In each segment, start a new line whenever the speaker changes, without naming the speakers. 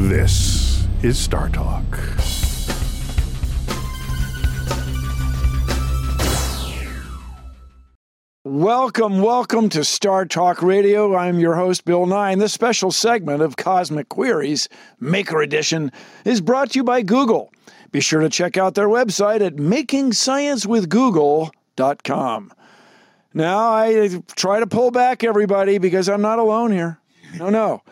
This is Star Talk.
Welcome, welcome to Star Talk Radio. I'm your host, Bill Nye. This special segment of Cosmic Queries, Maker Edition, is brought to you by Google. Be sure to check out their website at makingsciencewithgoogle.com. Now, I try to pull back everybody because I'm not alone here. No, no.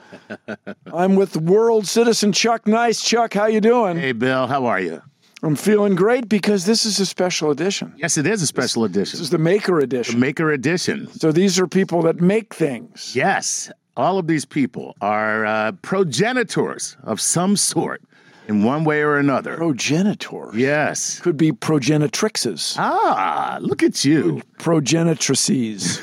I'm with world citizen Chuck Nice. Chuck, how you doing?
Hey, Bill, how are you?
I'm feeling great because this is a special edition.
Yes, it is a special
This
edition,
is the Maker Edition.
Maker Edition.
So these are people that make things.
Yes, all of these people are uh, progenitors of some sort in one way or another.
Progenitors.
Yes.
Could be progenitrixes,
Ah, look at you.
progenitrices.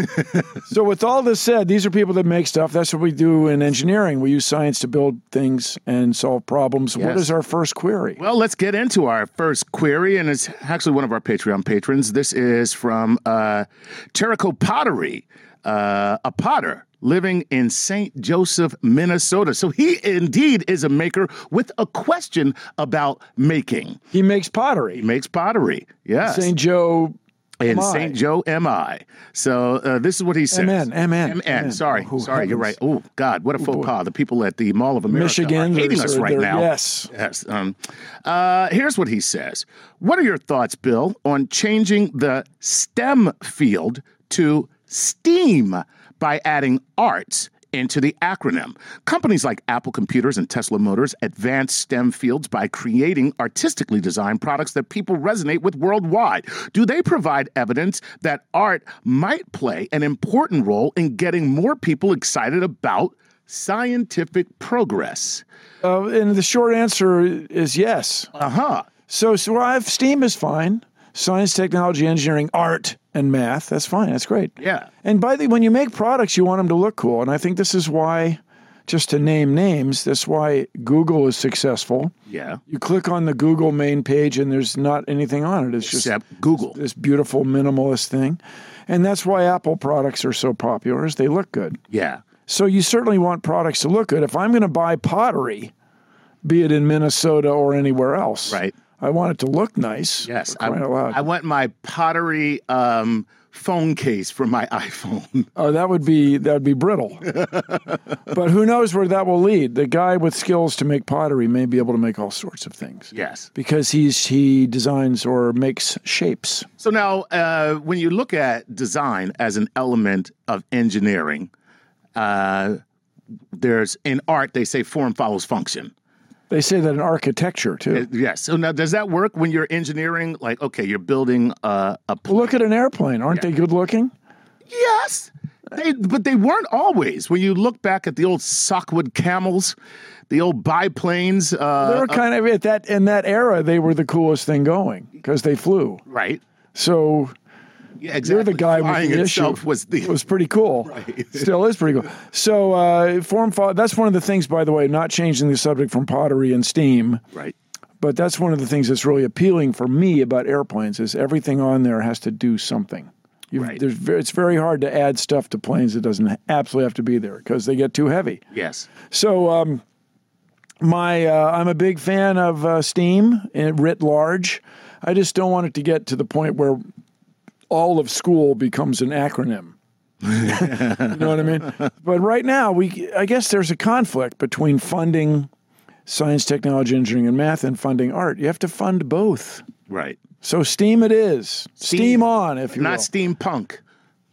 so, with all this said, these are people that make stuff. That's what we do in engineering. We use science to build things and solve problems. What
Yes.
is our first query?
Well, let's get into our first query, and it's actually one of our Patreon patrons. This is from uh, Terrico Pottery, uh, a potter living in St. Joseph, Minnesota. So he indeed is a maker with a question about making.
He makes pottery.
He makes pottery. Yes.
St. Joe
in
MI.
St. Joe MI. So uh, this is what he says.
MN, MN, MN.
Sorry,
Oh,
sorry, you're right.
heavens.
Oh God, what a faux pas! The people at the Mall of America
Michigan.
are hating
they're-
us right
they're-
now.
Yes.
Yes. Um, uh, here's what he says. What are your thoughts, Bill, on changing the STEM field to STEAM by adding arts into the acronym? Companies like Apple Computers and Tesla Motors advance STEM fields by creating artistically designed products that people resonate with worldwide. Do they provide evidence that art might play an important role in getting more people excited about scientific progress?
Uh, and the short answer is yes.
Uh huh.
So, so I have STEAM is fine. Science, technology, engineering, art, and math. That's fine. That's great.
Yeah.
And by the when you make products, you want them to look cool. And I think this is why, just to name names, that's why Google is successful.
Yeah.
You click on the Google main page and there's not anything on it. It's just
Except Google.
this beautiful minimalist thing. And that's why Apple products are so popular is they look good.
Yeah.
So you certainly want products to look good. If I'm going to buy pottery, be it in Minnesota or anywhere else,
Right.
I want it to look nice.
Yes.
for
I,
crying out loud.
I want my pottery um, phone case for my iPhone.
Oh, that would be that would be brittle. but who knows where that will lead? The guy with skills to make pottery may be able to make all sorts of things
yes.
because he's he designs or makes shapes.
So now, uh, when you look at design as an element of engineering, uh, there's in art, they say form follows function. Uh,
They say that in architecture too.
Yes. So now, does that work when you're engineering? Like, okay, you're building a, a pl-
Look at an airplane, aren't they good looking?
Yes. They, but they weren't always. When you look back at the old sockwood camels, the old biplanes,
They
uh,
were kind of at that in that era. They were the coolest thing going because they flew.
right?
So
Yeah, exactly.
You're the guy with
Flying
the
itself
issue.
was the
it was pretty cool. Still is pretty cool. So uh, form fo- that's one of the things, by the way, not changing the subject from pottery and steam.
right.
But that's one of the things that's really appealing for me about airplanes is everything on there has to do something. You,
Right.
there's very, it's very hard to add stuff to planes that doesn't absolutely have to be there because they get too heavy.
Yes.
So um, my uh, I'm a big fan of uh, steam and writ large. I just don't want it to get to the point where all of school becomes an acronym. you know what I mean? But right now we I guess there's a conflict between funding science, technology, engineering, and math and funding art. You have to fund both.
Right.
So steam it is. Steam, on if you
Not
will.
steampunk,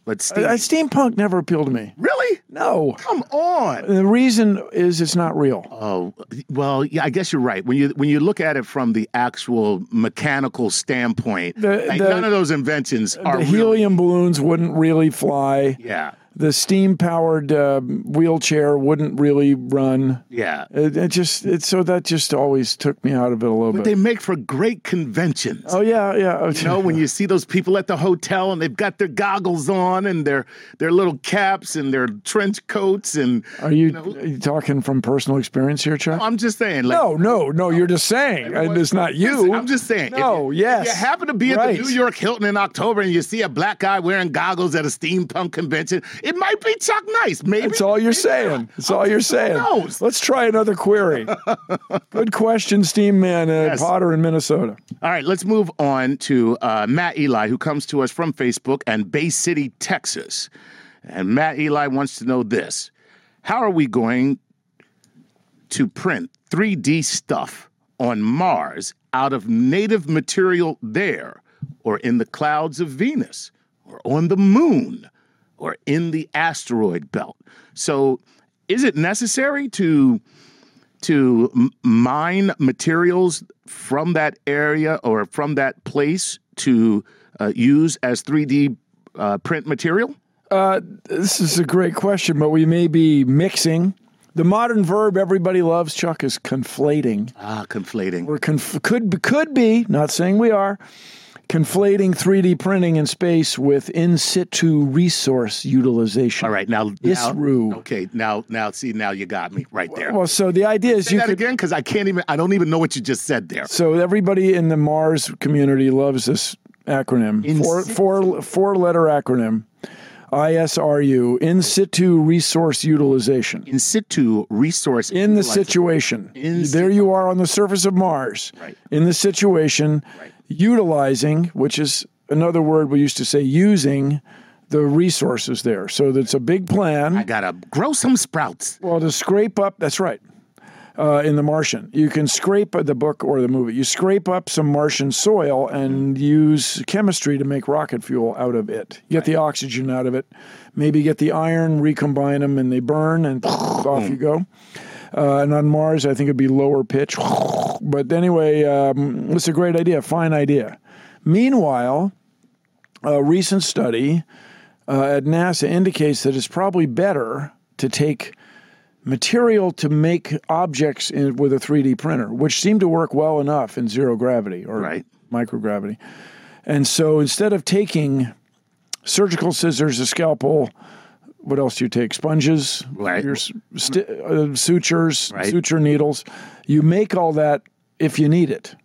but steam.
I, I- steampunk never appealed to me.
really?
No.
Come on.
The reason is it's not real.
Oh well, yeah. I guess you're right. When you when you look at it from the actual mechanical standpoint,
The-
like,
the-
none of those inventions are
the
really.
helium balloons wouldn't really fly.
Yeah.
The steam powered uh, wheelchair wouldn't really run.
Yeah.
It, it just it, so that just always took me out of it a little
But
bit.
they make for great conventions.
oh yeah, yeah.
You know, when you see those people at the hotel and they've got their goggles on and their their little caps and their trench coats and
are you, are you talking from personal experience here, Chuck?
I'm just saying, like
no, no, no. You're just saying, and it's not you.
I'm just saying. if
No,
you,
yes,
If you happen to be at
right.
the New York Hilton in October and you see a black guy wearing goggles at a steampunk convention, It might be Chuck Nice. Maybe
That's all you're
maybe
saying.
not.
That's all you're saying.
knows?
Let's try another query. Good question, Steam Man uh,
Yes.
Potter in Minnesota.
All right, let's move on to uh, Matt Eli, who comes to us from Facebook and Bay City, Texas. And Matt Eli wants to know this How are we going to print 3D stuff on Mars out of native material there, or in the clouds of Venus, or on the moon, or in the asteroid belt? So, is it necessary to to m- mine materials from that area or from that place to uh, use as 3D uh, print material?
This is a great question, but we may be mixing. The modern verb everybody loves, Chuck, is conflating.
Ah, conflating.
We're conf- could be- could be not saying we are conflating 3D printing in space with in situ resource utilization.
All right, now, now
Isru.
okay, now, now, see, now you got me right there.
Well, so the idea is
Say
you
that
could.
again, because I can't even. I don't even know what you just said there.
So everybody in the Mars community loves this acronym.
In
four,
situ.
four, four letter acronym. ISRU, in situ resource utilization.
In situ resource
in the situation.
In situ-
there you are on the surface of Mars.
Right.
In the situation, utilizing, which is another word we used to say, using the resources there. So that's a big
I
plan.
gotta grow some sprouts.
Well, to scrape up, that's right. Uh, in The Martian, you can scrape uh, the book or the movie. You scrape up some Martian soil and use chemistry to make rocket fuel out of it. Get the oxygen out of it. Maybe get the iron, recombine them, and they burn, and off you go. Uh, and on Mars, I think it'd be lower pitch. But anyway, um, it's a great idea, fine idea. Meanwhile, a recent study uh, at NASA indicates that it's probably better to take material to make objects in, with a 3D printer, which seemed to work well enough in zero gravity or
Right.
microgravity. And so instead of taking surgical scissors, a scalpel, what else do you take? Sponges,
Right.
your s- sti uh, sutures,
Right.
suture needles. You make all that if you need it.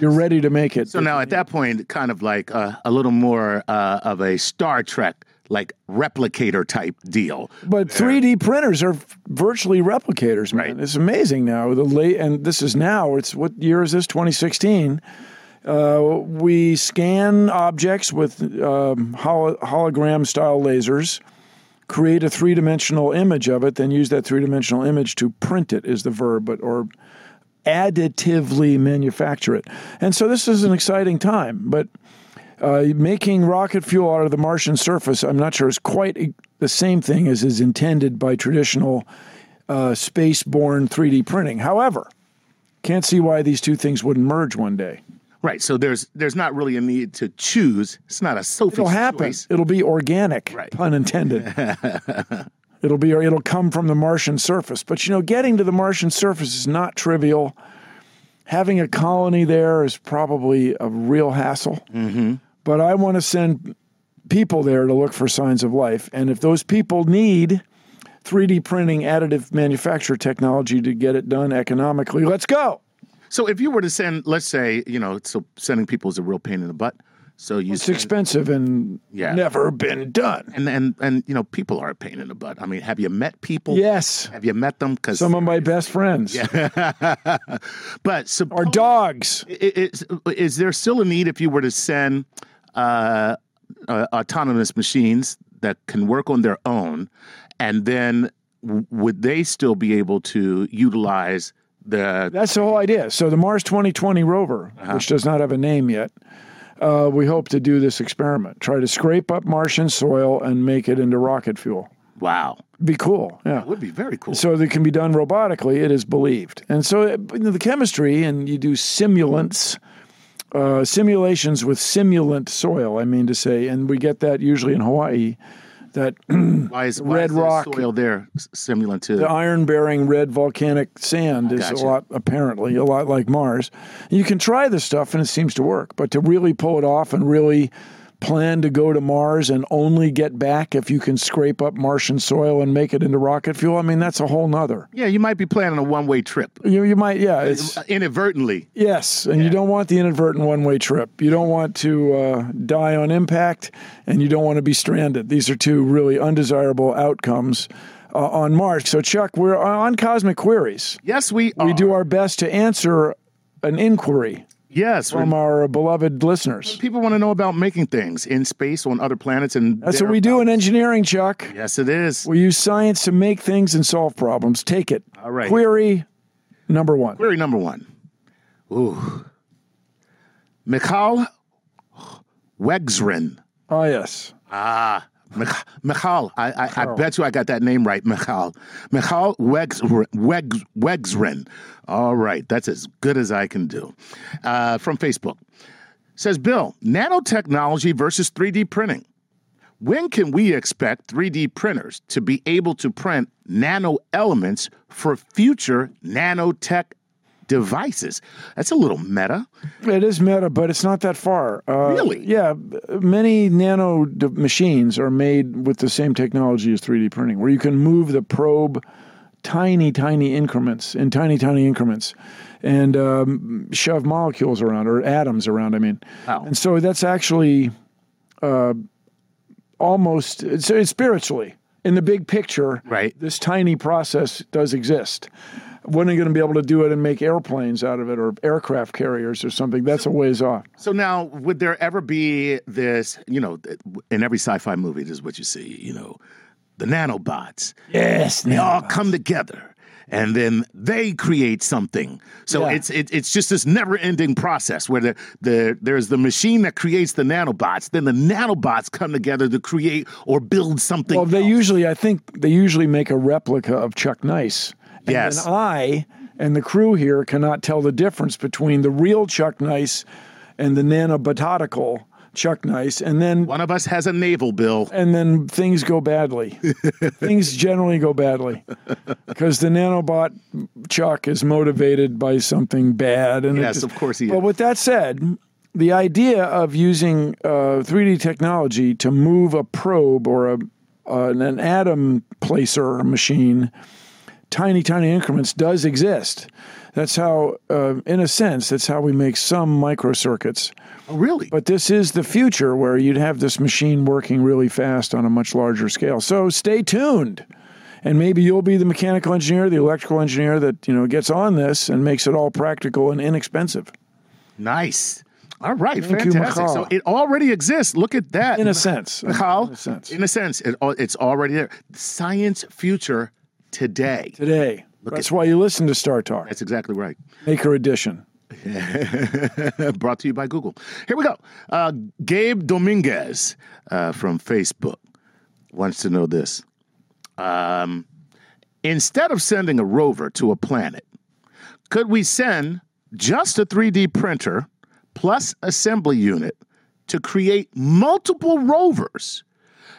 You're ready to make it.
So now, at that point, kind of like uh, a little more uh, of a Star Trek like replicator type deal.
But 3D printers are virtually replicators, man.
Right.
It's amazing now. The late and this is now. It's what year is this? 2016. Uh, we scan objects with um, hol- hologram style lasers, create a three dimensional image of it, then use that three dimensional image to print it. Is the verb, but or additively manufacture it. And so this is an exciting time, but uh, making rocket fuel out of the Martian surface, I'm not sure, is quite e- the same thing as is intended by traditional uh, space borne 3D printing. However, can't see why these two things wouldn't merge one day.
Right. So there's there's not really a need to choose. It's not a Sophie's
It'll happen.
choice.
It'll be organic,
Right.
pun intended. it'll be or it'll come from the Martian surface. But you know, getting to the Martian surface is not trivial. Having a colony there is probably a real hassle.
Mm-hmm.
But I want to send people there to look for signs of life, and if those people need 3D printing additive manufacture technology to get it done economically, let's go.
So if you were to send, let's say, you know, so sending people is a real pain in the butt. So you
It's
send-
expensive and
Yeah.
never been done.
and and and you know, people are a pain in the butt. I mean, have you met people?
Yes,
Have you met them? Because
some of my best friends.
but suppose,
Or dogs.
i- i- is, is there still a need if you were to send uh, uh, autonomous machines that can work on their own, and then w- would they still be able to utilize the
That's the whole idea. So the Mars 2020 rover, which does not have a name yet, uh, we hope to do this experiment. Try to scrape up Martian soil and make it into rocket fuel.
wow?
Be cool. Yeah.
That would be very cool.
So that it can be done robotically, it is believed. And so uh, you know, the chemistry, and you do simulants, uh, simulations with simulant soil, I mean to say, and we get that usually in Hawaii, that
Why is, why
Red
is there
rock.
soil there s- similar to?
the uh, iron bearing red volcanic sand is
Gotcha.
a lot apparently a lot like Mars. You can try this stuff and it seems to work, but to really pull it off and really plan to go to Mars and only get back if you can scrape up Martian soil and make it into rocket fuel? I mean, that's a whole nother.
Yeah, you might be planning a one way trip uh,
You, you might, yeah, it's
inadvertently.
yes, and you don't want the inadvertent one way trip. You don't want to uh, die on impact, and you don't want to be stranded. These are two really undesirable outcomes uh, on Mars. So, Chuck, we're on Cosmic Queries.
Yes, we are.
We do our best to answer an inquiry
Yes,
from our beloved listeners.
people want to know about making things in space on other planets, and
That's what we do in engineering, Chuck.
Yes, it is.
We use science to make things and solve problems. Take it.
All right.
Query number one.
Query number one. Ooh. Mikhail Wegzrin.
Oh, yes.
Ah, Mich- Michal. I, I, I bet you I got that name right, Michal. Michal Wegs, Wegs, Wegsren. All right, that's as good as I can do. Uh, from Facebook says Bill, nanotechnology versus 3D printing. When can we expect 3D printers to be able to print nano elements for future nanotech devices? That's a little meta.
It is meta, but it's not that far. Uh,
Really?
Yeah. b- Many nano d- machines are made with the same technology as 3D printing, where you can move the probe tiny, tiny increments in tiny, tiny increments and um, shove molecules around or atoms around, I mean.
Wow.
And so that's actually uh, almost it's, it's spiritually in the big picture.
Right.
This tiny process does exist. When are you going to be able to do it and make airplanes out of it or aircraft carriers or something? That's a ways off.
So now, would there ever be this? You know, in every sci-fi movie, this is what you see. You know, the nanobots.
Yes.
They all come together, and then they create something. So
Yeah.
it's it, it's just this never-ending process where the, the there's the machine that creates the nanobots, then the nanobots come together to create or build something.
Well, they usually, I think they usually make a replica of Chuck Nice. And
Yes.
then I and the crew here cannot tell the difference between the real Chuck Nice and the nanobototical Chuck Nice. And then
One of us has a navel bill.
and then things go badly. things generally go badly because the nanobot Chuck is motivated by something bad. And it
Yes, of course he
But
is.
with that said, the idea of using uh, 3D technology to move a probe or a uh, an atom placer machine tiny, tiny increments does exist. That's how, uh, in a sense, that's how we make some microcircuits.
Oh, really?
But this is the future where you'd have this machine working really fast on a much larger scale. So stay tuned. And maybe you'll be the mechanical engineer, the electrical engineer that, you know, gets on this and makes it all practical and inexpensive.
nice. All right,
you,
fantastic.
Michal.
so it already exists. Look at that.
In a sense.
How?
In a sense.
it- it's already there. Science future today.
Today. That's why you listen to Star Talk.
That's exactly right.
Maker Edition.
Brought to you by Google. Here we go. Uh, Gabe Dominguez uh, from Facebook wants to know this. Um, instead of sending a rover to a planet, could we send just a 3D printer plus assembly unit to create multiple rovers?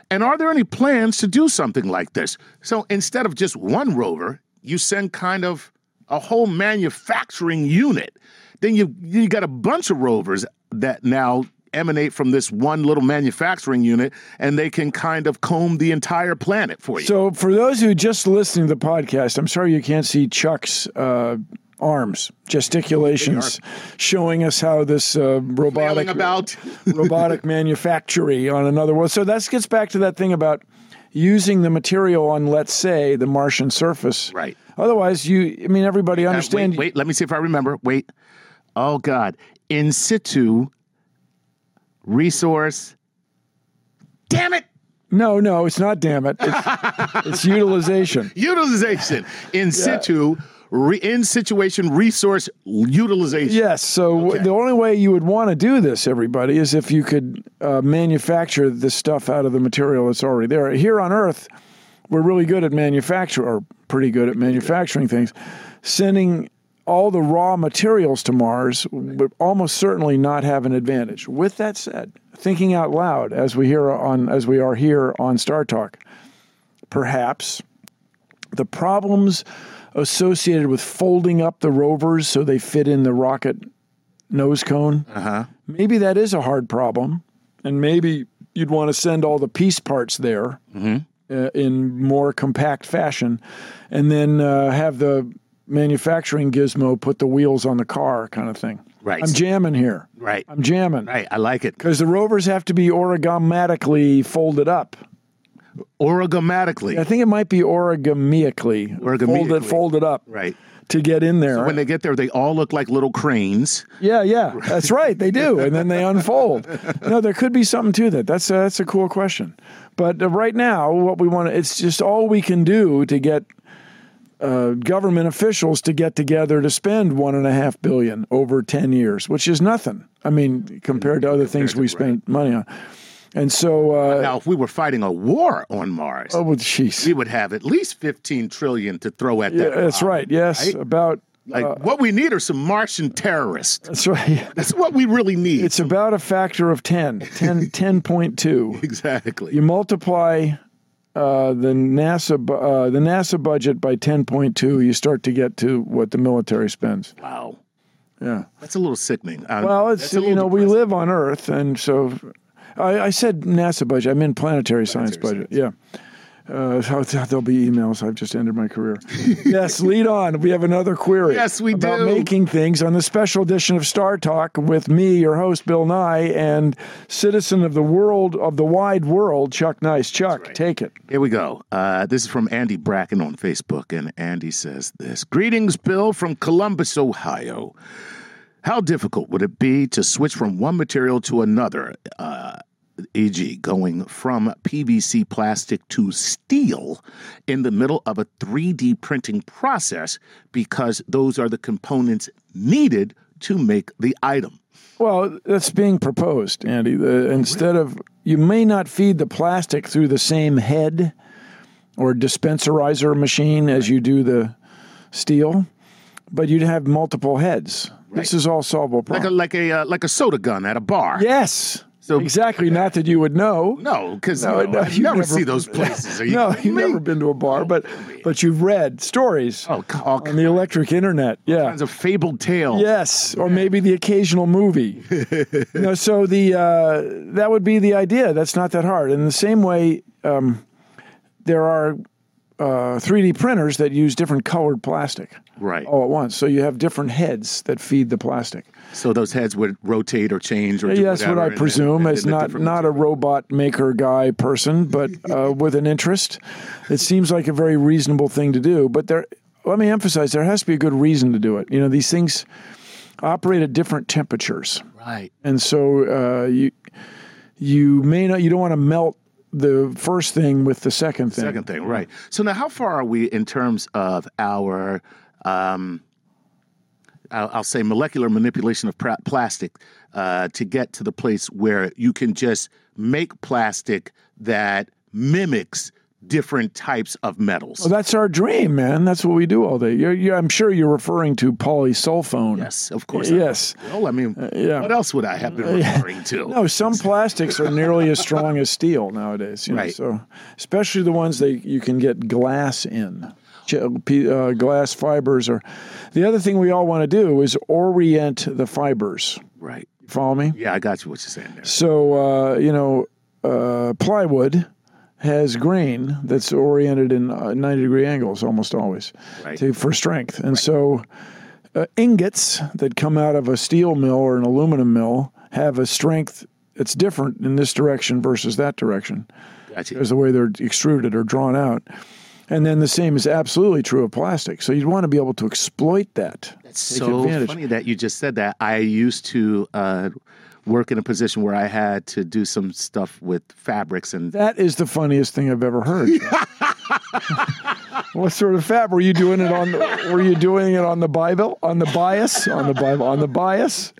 And are there any plans to do something like this? So instead of just one rover, you send kind of a whole manufacturing unit. Then you you got a bunch of rovers that now emanate from this one little manufacturing unit and they can kind of comb the entire planet for you.
So, for those who just listening to the podcast, I'm sorry you can't see Chuck's uh, arms, gesticulations, showing us how this uh, robotic
Failing about
robotic manufactory on another world. So that gets back to that thing about using the material on, let's say, the Martian surface.
Right.
Otherwise, you. I mean, everybody
Uh,
understand.
Wait, wait, let me see if I remember. Wait. Oh God. In situ resource. Damn it.
No, no, it's not. Damn it, it's, it's utilization.
Utilization. In situ re, in situation resource utilization.
Yes. So w the only way you would want to do this, everybody, is if you could uh, manufacture this stuff out of the material that's already there. Here on Earth, we're really good at manufacture, or pretty good at manufacturing things. Sending all the raw materials to Mars would almost certainly not have an advantage. With that said, thinking out loud as we hear on as we are here on Star Talk, perhaps the problems associated with folding up the rovers so
Uh-huh.
they fit in the rocket nose cone. Maybe that is a hard problem and maybe you'd want to send all the piece parts there
Mm-hmm.
uh, in more compact fashion, and then uh, have the manufacturing gizmo put the wheels on the car, kind of thing.
Right.
I'm jamming here.
Right.
I'm jamming.
Right. I like it.
Because the rovers have to be origomatically folded up.
Origamatically.
I think it might be origamically,
Origamically.
folded, folded up
Right.
to get in there.
When they get there, they all look like little cranes.
yeah, yeah, that's right. They do, and then they unfold. No, there could be something to that. That's a, that's a cool question. But uh, right now, what we want it's just all we can do to get uh, government officials to get together to spend one and a half billion over ten years, which is nothing. I mean, compared to other things we spend money on. And so, uh,
Now, if we were fighting a war on Mars,
oh, well, jeez.
we would have at least 15 trillion to throw at
Yeah, Uh.
that.
that's right. Yes, about
Like, what we need are some Martian terrorists.
that's right.
That's what we really need.
It's about a factor of 10, 10 10.2.
exactly.
You multiply uh, the NASA bu- uh, the NASA budget by 10.2, you start to get to what the military spends.
wow.
Yeah.
That's a little sickening. Um,
Well, it's
that's a
you
little
know, we
depressing.
live on Earth and so I, I said NASA budget. I meant planetary, science budget. Yeah. Uh, so th- there'll be emails. I've just ended my career. yes, lead on. We have another query.
Yes, we
about
do.
making things on the special edition of Star Talk with me, your host Bill Nye, and citizen of the world of the wide world, Chuck Nice. Chuck, take it.
Here we go. Uh, this is from Andy Bracken on Facebook, and Andy says this Greetings, Bill, from Columbus, Ohio. How difficult would it be to switch from one material to another, uh, e.g., going from PVC plastic to steel in the middle of a 3D printing process because those are the components needed to make the item?
Well, that's being proposed, Andy.
Oh,
The, instead of you may not feed the plastic through the same head or dispenserizer machine as you do the steel, but you'd have multiple heads. This is all solvable
Like a,
problem.
like a, uh, like a soda gun at a bar.
yes,
So-
exactly. Not that you would know.
No, because
No,
you, know,
no,
I've
you
never,
never-
see those places. Are you
No,
kidding
you've
me?
never been to a bar, but but you've read stories
Oh, c- all
on the electric internet. Yeah,
kinds of fabled tales.
Yes, or maybe the occasional movie. you know, so the uh, that would be the idea. That's not that hard. In the same way, um, there are uh, 3D printers that use different colored plastic
Right.
all at once. So you have different heads that feed the plastic.
So those heads would rotate or change or do
Yes, what
whatever,
I
and-
presume.
and- and
It's
the
not
different
not a robot maker guy person, but uh, with an interest. It seems like a very reasonable thing to do. But there, let me emphasize, there has to be a good reason to do it. You know, these things operate at different temperatures,
material. Right.
and so uh, you you may not you don't want to melt the first thing with the second thing.
Second thing, right. So now, how far are we in terms of our, um, I'll, I'll say, molecular manipulation of pra- plastic uh, to get to the place where you can just make plastic that mimics different types of metals?
Well, that's our dream, man. That's what we do all day. You're, you're, I'm sure you're referring to polysulfone.
yes, of course.
Yes. Uh,
Well, I mean,
yeah. Uh,
what else would I have been referring to?
No, some plastics are nearly as strong as steel nowadays. You know,
Right.
So, especially the ones that you can get glass in, Ch- p- uh, glass fibers. Or the other thing we all want to do is orient the fibers.
Right.
You follow me?
Yeah, I got you what you're saying there.
So uh, you know, uh, plywood has grain that's oriented in uh, ninety degree angles almost always
Right.
to, for strength, and so uh, ingots that come out of a steel mill or an aluminum mill have a strength that's different in this direction versus that direction
Got you.
as the way they're extruded or drawn out. And then the same is absolutely true of plastic. So you'd want to be able to exploit that.
That's
Take
so
advantage.
funny that you just said that. I used to uh, work in a position where I had to do some stuff with fabrics and
That is the funniest thing I've ever heard. what sort of fab were you doing it on? The, were you doing it on the Bible? On the bias? On the Bible? On the bias?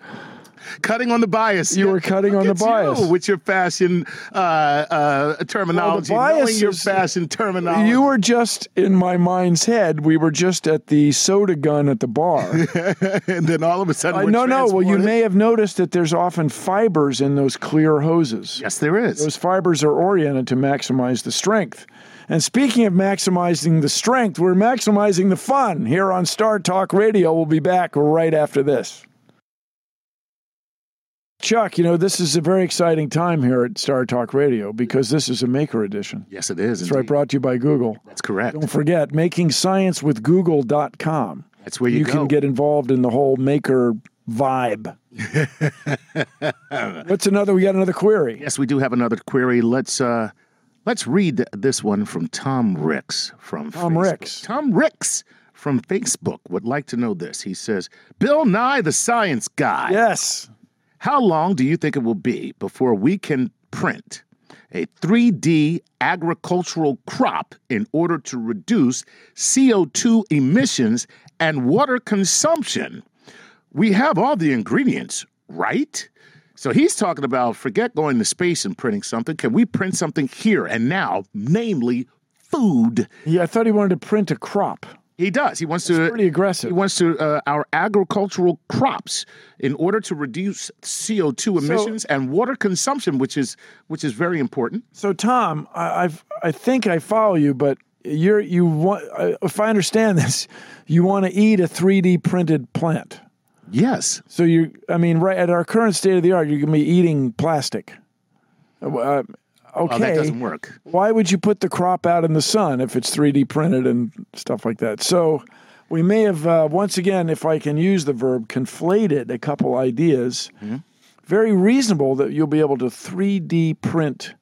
cutting on the bias.
You were cutting on the
Look at you
bias.
with your fashion uh, uh, terminology, knowing
bias
your
is-
fashion terminology.
You were just in my mind's head. We were just at the soda gun at the bar.
and then all of a sudden,
I,
we're
no, no. Well, you
transported.
may have noticed that there's often fibers in those clear hoses.
Yes, there is.
Those fibers are oriented to maximize the strength. And speaking of maximizing the strength, we're maximizing the fun here on Star Talk Radio. We'll be back right after this. Chuck, you know, this is a very exciting time here at Star Talk Radio because this is a maker edition.
Yes, it is.
That's right, brought to you by Google.
That's correct.
Don't forget, makingsciencewithgoogle.com.
That's where you,
You
go.
can get involved in the whole maker vibe. What's another? We got another query.
Yes, we do have another query. Let's uh let's read this one from Tom Ricks from
Tom
Facebook.
Ricks.
Tom Ricks from Facebook would like to know this. He says, "Bill Nye the Science Guy,
Yes.
how long do you think it will be before we can print a 3D agricultural crop in order to reduce CO2 emissions and water consumption?" we have all the ingredients, right? So he's talking about forget going to space and printing something. Can we print something here and now, namely food?
Yeah, I thought he wanted to print a crop.
He does. He wants to.
Pretty
He
aggressive.
wants to uh, our agricultural crops in order to reduce CO two emissions and water consumption, which is which is very important.
So Tom, I, I've I think I follow you, but you're you want I- if I understand this, you want to eat a 3D printed plant.
Yes,
So you, I mean, right at our current state of the art, you're gonna be eating plastic. Uh,
oh, that
okay.
doesn't work.
Why would you put the crop out in the sun if it's 3D printed and stuff like that? So we may have uh, once again, if I can use the verb, conflated a couple ideas. Very reasonable that you'll be able to 3D print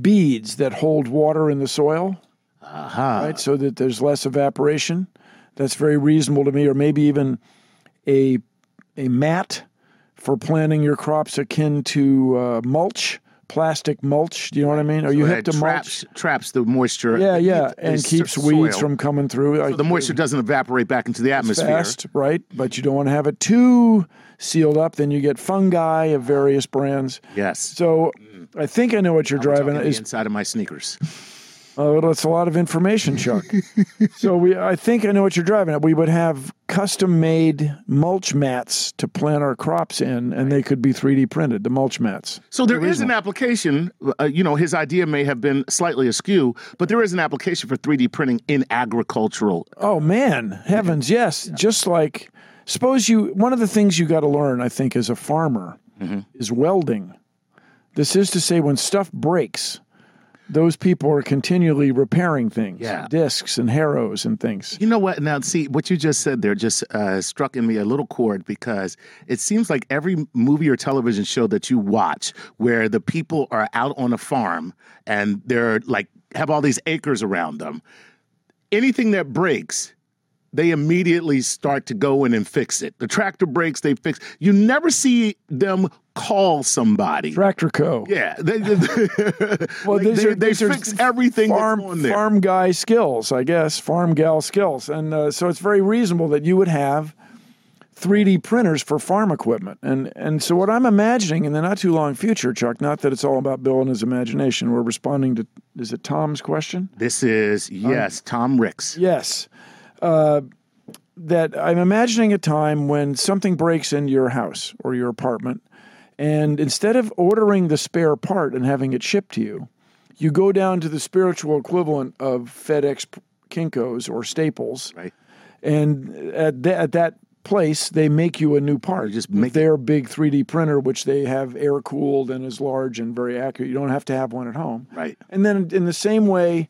beads that hold water in the soil
Aha!
right? So that there's less evaporation. That's very reasonable to me, or maybe even a a mat for planting your crops akin to uh, mulch, plastic mulch. Do you know what I mean? Are you hip
It
to mulch?
traps traps the moisture.
Yeah, yeah,
the
and
so-
keeps weeds
soil.
from coming through. I-
the moisture doesn't evaporate back into the atmosphere.
fast, right? But you don't want to have it too sealed up. Then you get fungi of various brands.
Yes.
So I think I know what you're driving.
Talking
Is
the inside of my sneakers.
Oh, well, that's a lot of information, Chuck. so we, I think I know what you're driving at. We would have custom-made mulch mats to plant our crops in, and they could be 3D printed. The mulch mats.
So there is an application. Uh, you know, his idea may have been slightly askew, but there is an application for 3D printing in agricultural.
Oh man, heavens, yes! Just like suppose you. One of the things you got to learn, I think, as a farmer, is welding. This is to say, when stuff breaks, those people are continually repairing things,
Yeah.
discs and harrows and things.
You know what? Now, see what you just said there just uh, struck in me a little chord because it seems like every movie or television show that you watch, where the people are out on a farm and they're like have all these acres around them, anything that breaks. They immediately start to go in and fix it. The tractor breaks, they fix. You never see them call somebody.
Tractor Co.
Yeah, they, they,
Well,
like,
these
they,
are-
they
these are
fix everything
farm
that's on there.
farm guy skills, I guess, farm gal skills, and uh, so it's very reasonable that you would have 3D printers for farm equipment, and and so what I'm imagining in the not too long future, Chuck, not that it's all about Bill and his imagination. We're responding to is it Tom's question?
This is yes, Tom Ricks.
Yes. Uh, that I'm imagining a time when something breaks in your house or your apartment, and instead of ordering the spare part and having it shipped to you, you go down to the spiritual equivalent of FedEx, Kinkos, or Staples,
Right.
and at, tha- at that place they make you a new part.
just
with
make it-
their big 3D printer, which they have air cooled and is large and very accurate. You don't have to have one at home.
Right.
And then in the same way,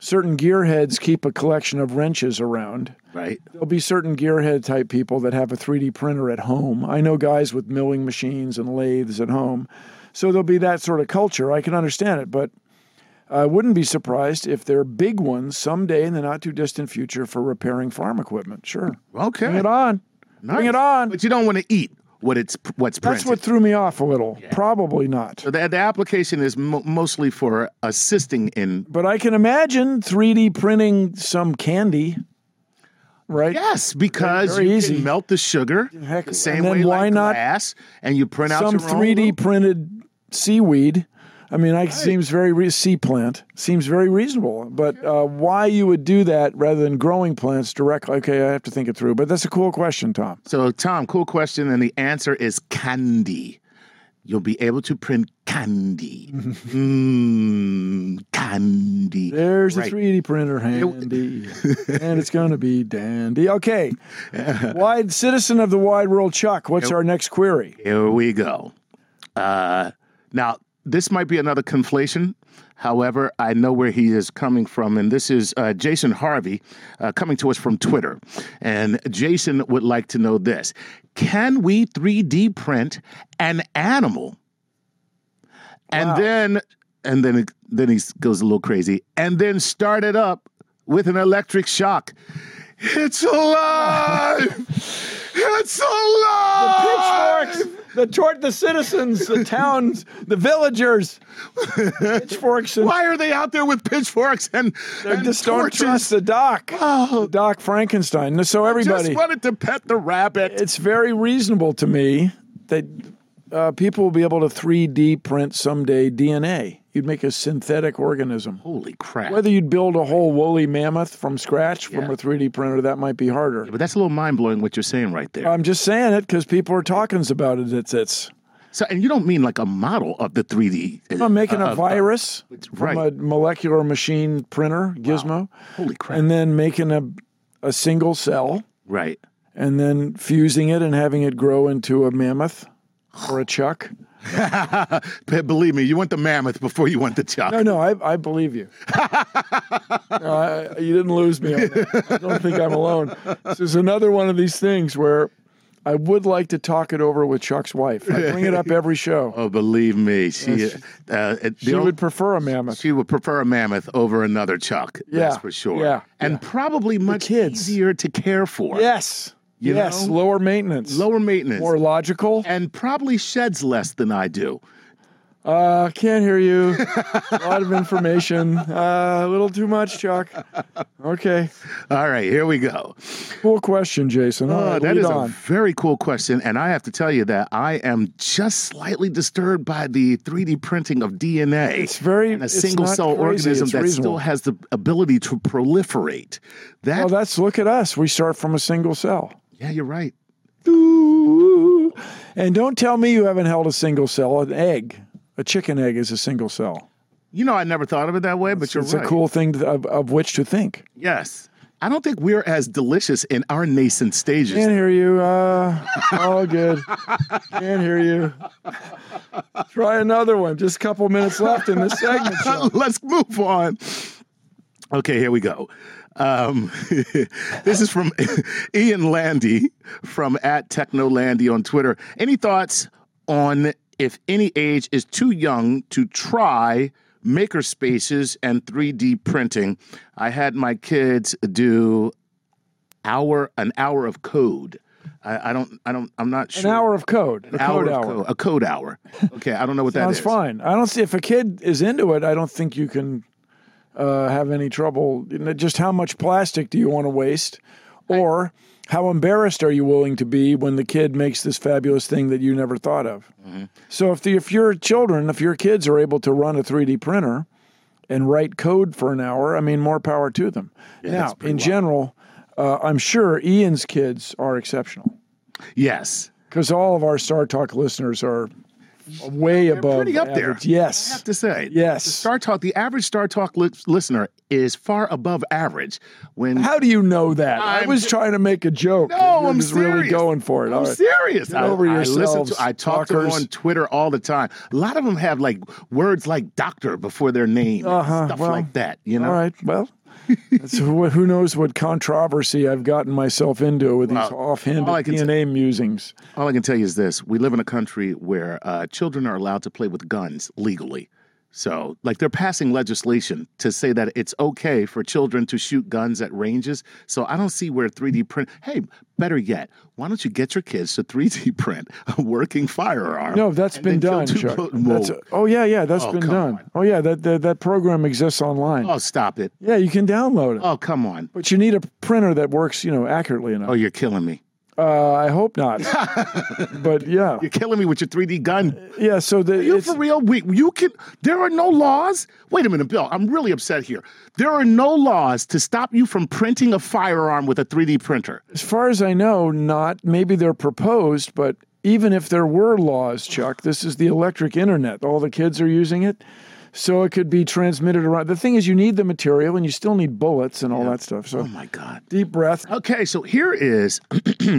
certain gearheads keep a collection of wrenches around.
Right.
There'll be certain gearhead type people that have a 3D printer at home. I know guys with milling machines and lathes at home. So there'll be that sort of culture. I can understand it, but I wouldn't be surprised if there are big ones someday in the not too distant future for repairing farm equipment. Sure.
Okay.
Bring it on. Bring it
Nice.
on.
But you don't want to eat what it's what's
That's
printed.
what threw me off a little. Probably not.
so the, the application is mo- mostly for assisting in.
But I can imagine 3D printing some candy, right?
Yes, because
Very
you
easy.
can melt the sugar
Heck,
the same
and then
way
why
like
not
glass, and you print out
some
your own
3D printed seaweed. I mean, I seems very re- sea plant seems very reasonable. But uh, why you would do that rather than growing plants directly? Okay, I have to think it through. But that's a cool question, Tom.
So, Tom, cool question. And the answer is candy. you'll be able to print candy. mm, candy.
There's
Right.
a 3D printer handy, and it's going to be dandy. Okay, wide citizen of the wide world, Chuck. What's our next query?
Here we go. Uh, now, this might be another conflation. However, I know where he is coming from, and this is uh, Jason Harvey uh, coming to us from Twitter. And Jason would like to know this Can we 3D print an animal? And then, and then, then he goes a little crazy, and then start it up with an electric shock. It's alive! it's alive!
Pitchforks, the tort, the citizens, the towns, the villagers. Pitchforks and
Why are they out there with pitchforks and,
I
and
just don't
torches?
trust the doc.
Oh.
The Doc Frankenstein. So
Just
everybody,
wanted to pet the rabbit.
it's very reasonable to me that uh, people will be able to 3D print someday DNA. You'd make a synthetic organism.
Holy crap!
Whether you'd build a whole woolly mammoth from scratch from
Yeah.
a 3D printer, that might be harder.
but that's a little mind blowing what you're saying right there.
I'm just saying it because people are talking about it. It's it's.
so, and you don't mean like a model of the 3D.
I'm making a
uh,
virus
right.
from a molecular machine printer gizmo,
Holy crap!
and then making a a single cell,
right.
and then fusing it and having it grow into a mammoth or a chuck.
But believe me, you want the mammoth before you want the chuck.
No, no, I, I believe you. No, I- you didn't lose me. On that. I don't think I'm alone. This is another one of these things where I would like to talk it over with Chuck's wife. I bring it up every show.
Oh, believe me, she uh, it- the
She
only-
would prefer a mammoth.
she would prefer a mammoth over another chuck. that's
Yeah,
for sure.
yeah,
and probably much
kids.
easier to care for.
Yes.
You
yes.
know?
Lower maintenance.
lower maintenance.
More logical.
and probably sheds less than I do.
Uh, can't hear you. a lot of information. Uh, a little too much, Chuck. Okay.
All right, here we go.
Cool question, Jason. All
Uh,
right,
that
lead
is a
on.
very cool question, and I have to tell you that I am just slightly disturbed by the 3D printing of DNA.
It's very-
and a
it's
single
not
cell
crazy,
organism
it's
that still
reasonable.
has the ability to proliferate. That
Well, that's look at us. We start from a single cell.
yeah, you're right.
Ooh. And don't tell me you haven't held a single cell. An egg, a chicken egg, is a single cell.
You know, I never thought of it that way, but you're
it's
right.
a cool thing to, of, of which to think.
yes. I don't think we're as delicious in our nascent stages.
Can't hear you. Uh, all good. Can't hear you. Try another one. Just a couple minutes left in this segment. Sean.
Let's move on. Okay, here we go. Um, this is from Ian Landy from at Technolandy on Twitter. Any thoughts on if any age is too young to try maker spaces and 3D printing? I had my kids do hour an hour of code. I, I don't. I don't. I'm not
An
sure.
hour of code. A code
of
hour.
code- a code hour. Okay, I don't know what that
Sounds
is.
fine. I don't see if a kid is into it. I don't think you can uh, have any trouble. You know, Just how much plastic do you want to waste, or how embarrassed are you willing to be when the kid makes this fabulous thing that you never thought of?
Mm-hmm.
So if the, if your children, if your kids are able to run a 3D printer and write code for an hour, I mean, more power to them. now, in general, uh, I'm sure Ian's kids are exceptional
Yes.
because all of our Star Talk listeners are way above
pretty up there.
average. Yes,
have to say.
Yes.
The Star Talk, the average Star Talk li- listener is far above average when
How do you know that? i
I'm
was trying to make a joke.
No,
You're
I'm
just really
serious.
going for it.
I'm
All right.
serious. I,
over
I listen
yourselves,
to I talk to them
talkers.
on Twitter all the time. A lot of them have like words like doctor before their name, and
Uh-huh,
stuff
well,
like that. You know,
All right. Well, that's who, who knows what controversy I've gotten myself into with these
Well,
offhand
all I can
DNA musings.
all I can tell you is this: we live in a country where uh, children are allowed to play with guns legally. So, like, they're passing legislation to say that it's okay for children to shoot guns at ranges. So, I don't see where 3D print. Hey, better yet, why don't you get your kids to 3D print a working firearm?
No, that's
and
been
then kill
done,
two
Chuck.
potent
That's,
wolves?
oh yeah, yeah, that's been
come
done. Oh yeah, that, that that program exists online.
oh, stop it.
Yeah, you can download it,
Oh, come on.
but you need a printer that works, you know, accurately
Oh,
enough.
you're killing me.
Uh, I hope not, but yeah,
You're killing me with your 3D gun.
yeah. So the
You
it's,
for real? Wait, you can. There are no laws. Wait a minute, Bill. I'm really upset here. There are no laws to stop you from printing a firearm with a 3D printer.
As far as I know, not maybe they're proposed, but even if there were laws, Chuck, this is the electric internet. All the kids are using it. So it could be transmitted around. The thing is, you need the material and you still need bullets and all that stuff. So
Oh my God.
deep breath.
Okay, so here is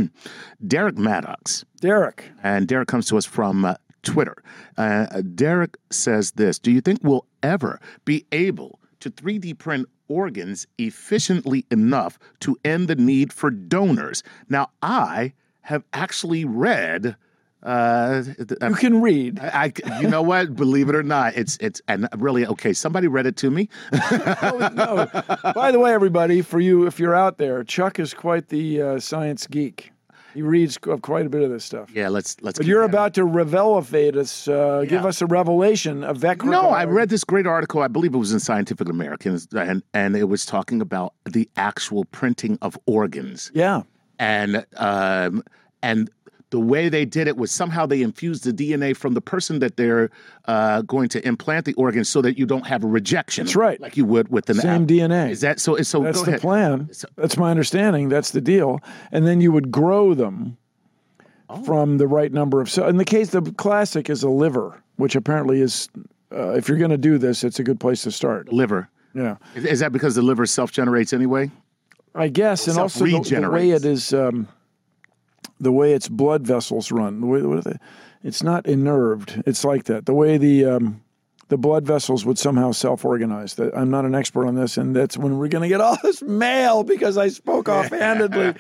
Derek Maddox.
Derek,
And Derek comes to us from uh, Twitter. Uh, Derek says this Do you think we'll ever be able to 3D print organs efficiently enough to end the need for donors? Now, I have actually read. Uh, th-
you can read.
I, I- you know what? Believe it or not, it's it's and really okay. Somebody read it to me.
Oh, no. By the way, everybody, for you, if you're out there, Chuck is quite the uh, science geek. He reads qu- quite a bit of this stuff.
Yeah, let's let's.
But
keep
you're
that.
about to revelate us, uh, give us a revelation, a vec.
No, I
revel-
read this great article. I believe it was in Scientific American, and and it was talking about the actual printing of organs
Yeah.
and um, and the way they did it was somehow they infused the DNA from the person that they're uh, going to implant the organ, so that you don't have a rejection.
That's right.
like you would with an
Same
app-
DNA.
Is that so? So
That's
go
the
ahead.
plan. That's my understanding. That's the deal. And then you would grow them
Oh.
from the right number of cells. In the case, the classic is a liver, which apparently is, uh, if you're going to do this, it's a good place to start.
Liver.
Yeah.
Is, is that because the liver self generates anyway?
I guess, and also the, the way
Self-regenerates.
it is, um, the way its blood vessels run. The way what are they, it's not innerved. It's like that. The way the um, the blood vessels would somehow self organize. That I'm not an expert on this, and that's when we're going to get all this mail because I spoke offhandedly.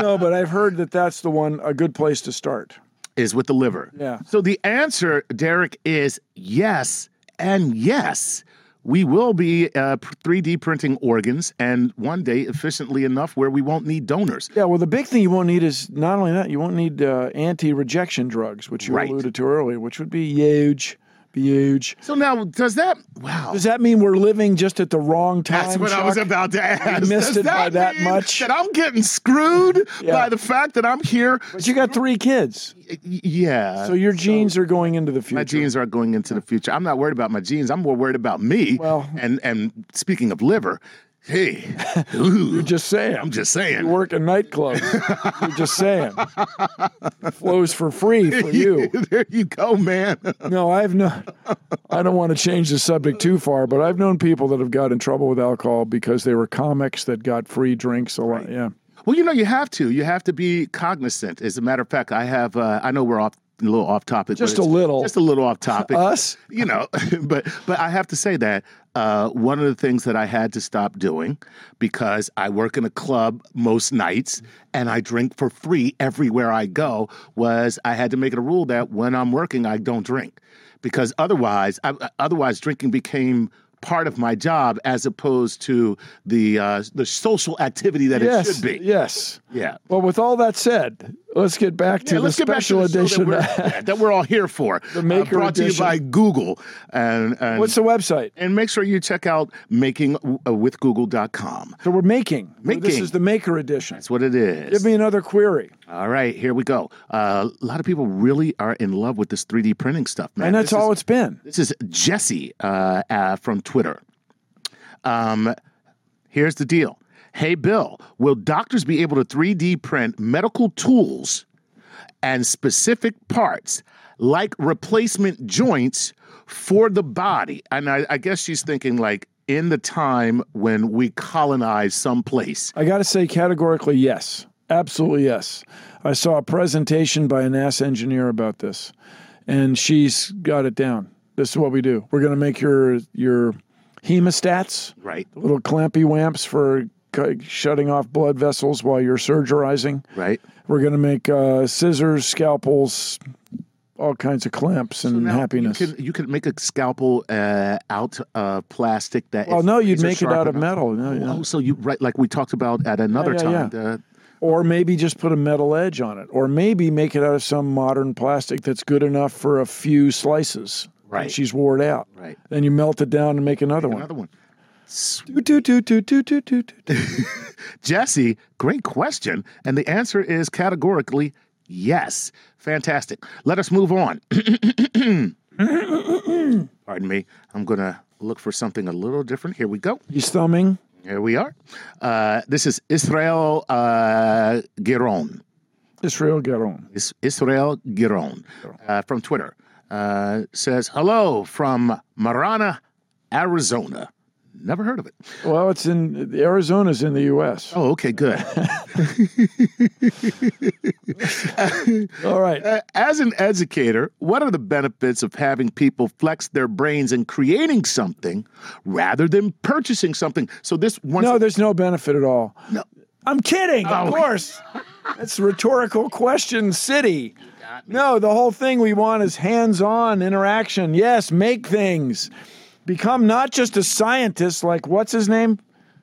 no, but I've heard that that's the one a good place to start.
Is with the liver.
Yeah.
So the answer, Derek, is yes and yes. We will be uh, pr- 3D printing organs and one day efficiently enough where we won't need donors.
Yeah, well, the big thing you won't need is not only that you won't need uh, anti-rejection drugs, which you
Right.
alluded to earlier, which would be huge, be huge.
So now, does that? Wow.
Does that mean we're living just at the wrong time?
That's what I was
Chuck?
about to ask.
missed
Does
it by that
mean
much?
That I'm getting screwed
Yeah.
by the fact that I'm here.
But you got three kids,
Y- Yeah.
so your genes are going into the future.
my genes are going into the future. I'm not worried about my genes. I'm more worried about me.
Well-
and and speaking of liver, hey, ooh,
Just saying.
I'm just saying.
you work in nightclubs. You're just saying. It flows for free for you.
there you go, man.
No, I've not. I don't want to change the subject too far, but I've known people that have got in trouble with alcohol because they were comics that got free drinks a lot. Yeah.
Well, you know, you have to. You have to be cognizant. As a matter of fact, I have. Uh, I know we're off a little off topic. but
Just a
it's-
little. Uh,
Just a little off topic.
Us?
you know. but but I have to say that uh, one of the things that I had to stop doing because I work in a club most nights
Mm-hmm.
and I drink for free everywhere I go was I had to make it a rule that when I'm working I don't drink because otherwise I, uh, otherwise drinking became part of my job as opposed to the uh, the social activity that it
Yes.
should be.
Yes.
Yeah.
Well, with all that said, let's get back to
Yeah,
the
let's get back to
special
the show
edition.
that we're, yeah, that we're all here for. The
Maker
brought to you
Edition.
by Google, and and,
What's the website?
and make sure you check out uh, makingwithgoogle.com.
So we're making. This
Making.
is the maker edition.
That's what it is.
Give me another query.
all right, here we go. Uh, a lot of people really are in love with this 3D printing stuff, man.
And that's
This is-
all it's been.
This is Jesse uh, uh, from Twitter. Um, here's the deal. Hey, Bill, will doctors be able to 3D print medical tools and specific parts like replacement joints for the body? And I, I guess she's thinking like in the time when we colonize someplace.
I got to say categorically yes. Absolutely yes. I saw a presentation by a NASA engineer about this, and she's got it down. This is what we do. We're going to make your your hemostats,
Right.
little clampy wamps for cu- shutting off blood vessels while you're surgerizing.
Right.
We're going to make uh, scissors, scalpels, all kinds of clamps and
Now,
Mm, happiness.
You could, you could make a scalpel uh, out of plastic that.
oh
is
no, you'd
razor
make it
sharp
out of
enough.
metal. No, yeah.
Oh, so you right like we talked about at another
Yeah, yeah,
time.
or maybe just put a metal edge on it, or maybe make it out of some modern plastic that's good enough for a few slices.
Right.
And she's wore it out.
The, right.
Then you melt it down and make another one.
Another one.
Doot, doot, doot, doot, doot, doot, doot, doot.
Jesse, great question. And the answer is categorically yes. Fantastic. Let us move on. Pardon me. I'm going to look for something a little different. Here we go.
He's thumbing.
Here we are. Uh, this is Israel uh, Giron.
Israel Garon.
Is- Israel Giron uh, from Twitter uh, says, Hello from Marana, Arizona. Never heard of it.
Well, it's in Arizona's in the U.S.
Oh, okay, good.
All right.
Uh, As an educator, what are the benefits of having people flex their brains and creating something rather than purchasing something? So this one,
No, there's no benefit at all.
No.
I'm kidding,
Oh.
of course. That's a rhetorical question city. No, the whole thing we want is hands-on interaction. Yes, make things. Become not just a scientist like what's his name?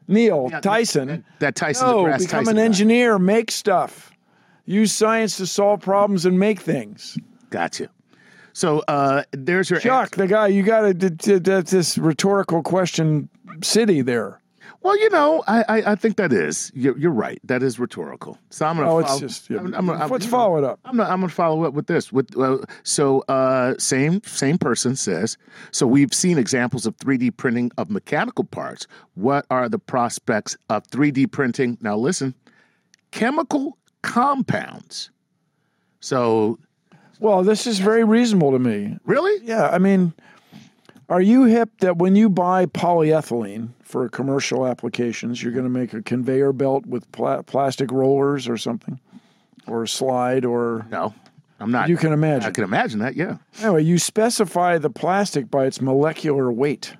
Neil Tyson.
that Tyson
No,
DeGrasse
become
Tyson
an
guy.
engineer, make stuff. Use science to solve problems and make things.
Got you. So uh, there's your
Chuck, the guy, you got to d- d- d- this rhetorical question city there.
Well, you know, I, I, I think that is. You're, you're right. That is rhetorical. So I'm gonna.
Oh, it's
follow-
just yeah.
I'm- I'm- I'm-
let's follow it up.
I'm gonna, I'm gonna follow up with this. With uh, so uh, same same person says. So we've seen examples of 3D printing of mechanical parts. What are the prospects of 3D printing? Now listen, chemical compounds. So
Well, this is very reasonable to me.
really,
Yeah, I mean, are you hip that when you buy polyethylene for commercial applications, you're going to make a conveyor belt with pla- plastic rollers or something, or a slide, or
no, I'm not.
you can
I
imagine.
can imagine that. Yeah.
Anyway, you specify the plastic by its molecular weight.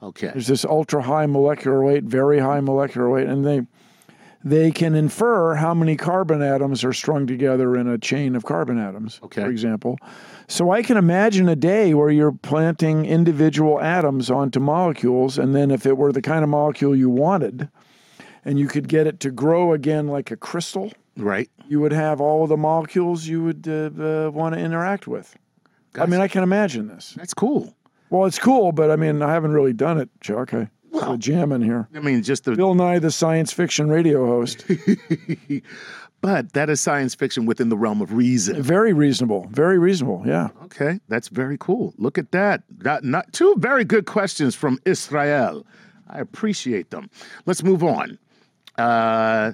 Okay.
There's this ultra high molecular weight, very high molecular weight, and they they can infer how many carbon atoms are strung together in a chain of carbon atoms,
Okay.
for example. So I can imagine a day where you're planting individual atoms onto molecules, and then if it were the kind of molecule you wanted, and you could get it to grow again like a crystal,
Right.
you would have all of the molecules you would uh, uh, want to interact with. I mean, I can imagine this.
That's cool.
Well, it's cool, but I mean, I haven't really done it, Chuck. I
Well-
well, jam in here.
I mean, just the
Bill Nye, the science fiction radio host.
but that is science fiction within the realm of reason.
Very reasonable. Very reasonable. Yeah.
Okay, that's very cool. Look at that. Not, not two very good questions from Israel. I appreciate them. Let's move on. Uh,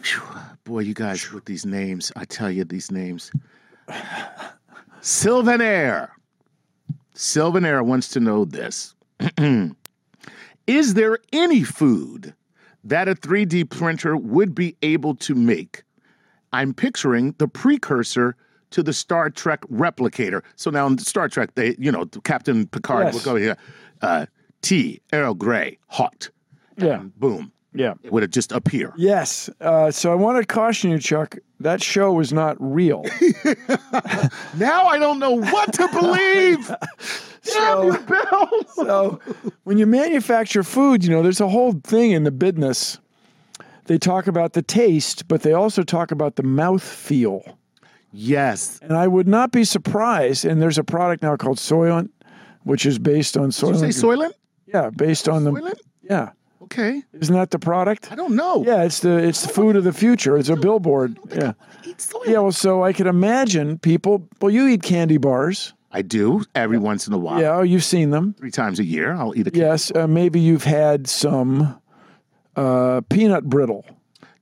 phew, boy, you guys with these names, I tell you these names. Sylvan Air. Sylvan Air wants to know this. Is there any food that a 3D printer would be able to make I'm picturing the precursor to the Star Trek replicator. So now in Star Trek, they, you know, Captain Picard
Yes.
will go here, uh, T, Earl Grey, hot,
Yeah.
boom.
Yeah.
It would have just appear.
Yes. Uh, so I want to caution you, Chuck. That show was not real.
Now I don't know what to believe. Damn you,
So-
Bill.
so when you manufacture food, you know, there's a whole thing in the business. They talk about the taste, but they also talk about the mouth feel.
Yes.
And I would not be surprised. And there's a product now called Soylent, which is based on
Did you
Soylent.
say Soylent?
yeah, based on the
Soylent?
yeah.
Okay.
Isn't that the product?
I don't know.
Yeah, it's the it's the food of the future. It's a billboard. Yeah.
Eat Soylent.
Yeah, well, so I could imagine people. Well, you eat candy bars.
I do every once in a while.
Yeah, you've seen them.
Three times a year, I'll eat a cake.
Yes, uh, maybe you've had some uh, peanut brittle,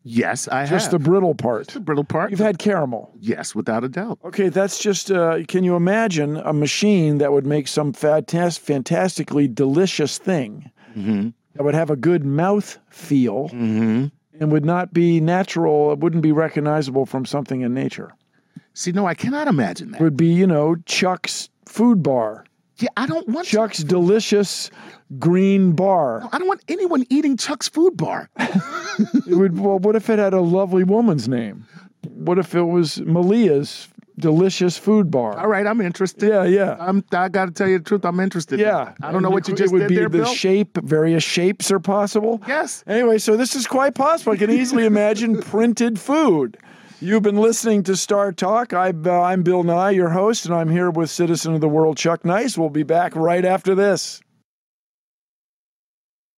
Yes, I
just the
have.
brittle part.
the brittle part.
You've had caramel.
Yes, without a doubt.
Okay, that's just. Uh, can you imagine a machine that would make some fantas- fantastically delicious thing that would have a good mouth feel and would not be natural? It wouldn't be recognizable from something in nature.
See, no, I cannot imagine that.
would be, you know, Chuck's food bar,
Yeah, I don't want to.
Chuck's delicious green bar.
I don't want anyone eating Chuck's food bar.
It would, well, what if it had a lovely woman's name? What if it was Malia's delicious food bar?
All right, I'm interested.
Yeah, yeah.
I'm, I got to tell you the truth. I'm interested.
Yeah.
I don't know what you
could-
just
It would
did
be
there,
the
Bill.
shape, various shapes are possible.
Yes.
Anyway, so this is quite possible. I can easily imagine printed food. You've been listening to Star Talk. I, uh, I'm Bill Nye, your host, and I'm here with Citizen of the World, Chuck Nice. We'll be back right after this.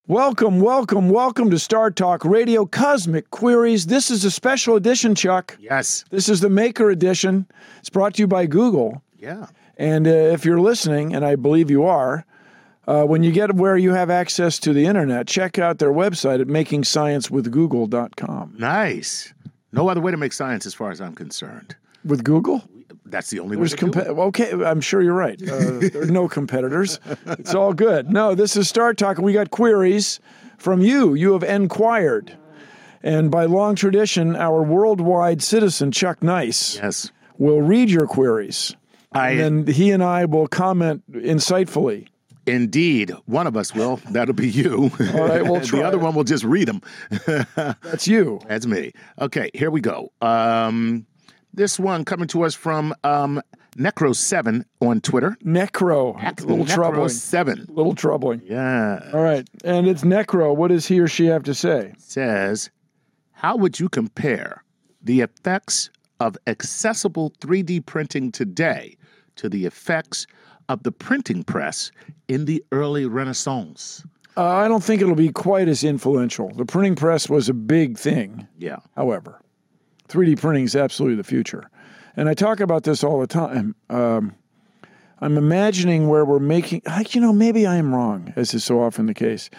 Welcome, welcome, welcome to Star Talk Radio Cosmic Queries. This is a special edition, Chuck.
yes.
This is the Maker Edition. It's brought to you by Google.
Yeah.
And uh, if you're listening, and I believe you are, uh, when you get where you have access to the internet, check out their website at makingsciencewithgoogle.com.
Nice. No other way to make science, as far as I'm concerned.
with Google?
That's the only
There's
way. To do
compe- okay, I'm sure you're right. Uh, there are no competitors. It's all good. No, this is Star Talk. We got queries from you. You have enquired. And by long tradition, our worldwide citizen, Chuck Nice,
it. Yes.
will read your queries.
I
and he and I will comment insightfully.
indeed one of us will. That'll be you. All
right, we'll
the
try
other
it.
one will just read them.
That's you.
That's me. Okay, here we go. Um, this one coming to us from um, Necro7 on Twitter.
Necro. It's a little troubling.
Necro7.
little troubling.
Yeah.
All right. And it's Necro. What does he or she have to say?
Says, how would you compare the effects of accessible 3D printing today to the effects of the printing press in the early Renaissance?
Uh, I don't think it'll be quite as influential. The printing press was a big thing,
Yeah.
however. 3D printing is absolutely the future. And I talk about this all the time. Um, I'm imagining where we're making, I- you know, maybe I am wrong, as is so often the case.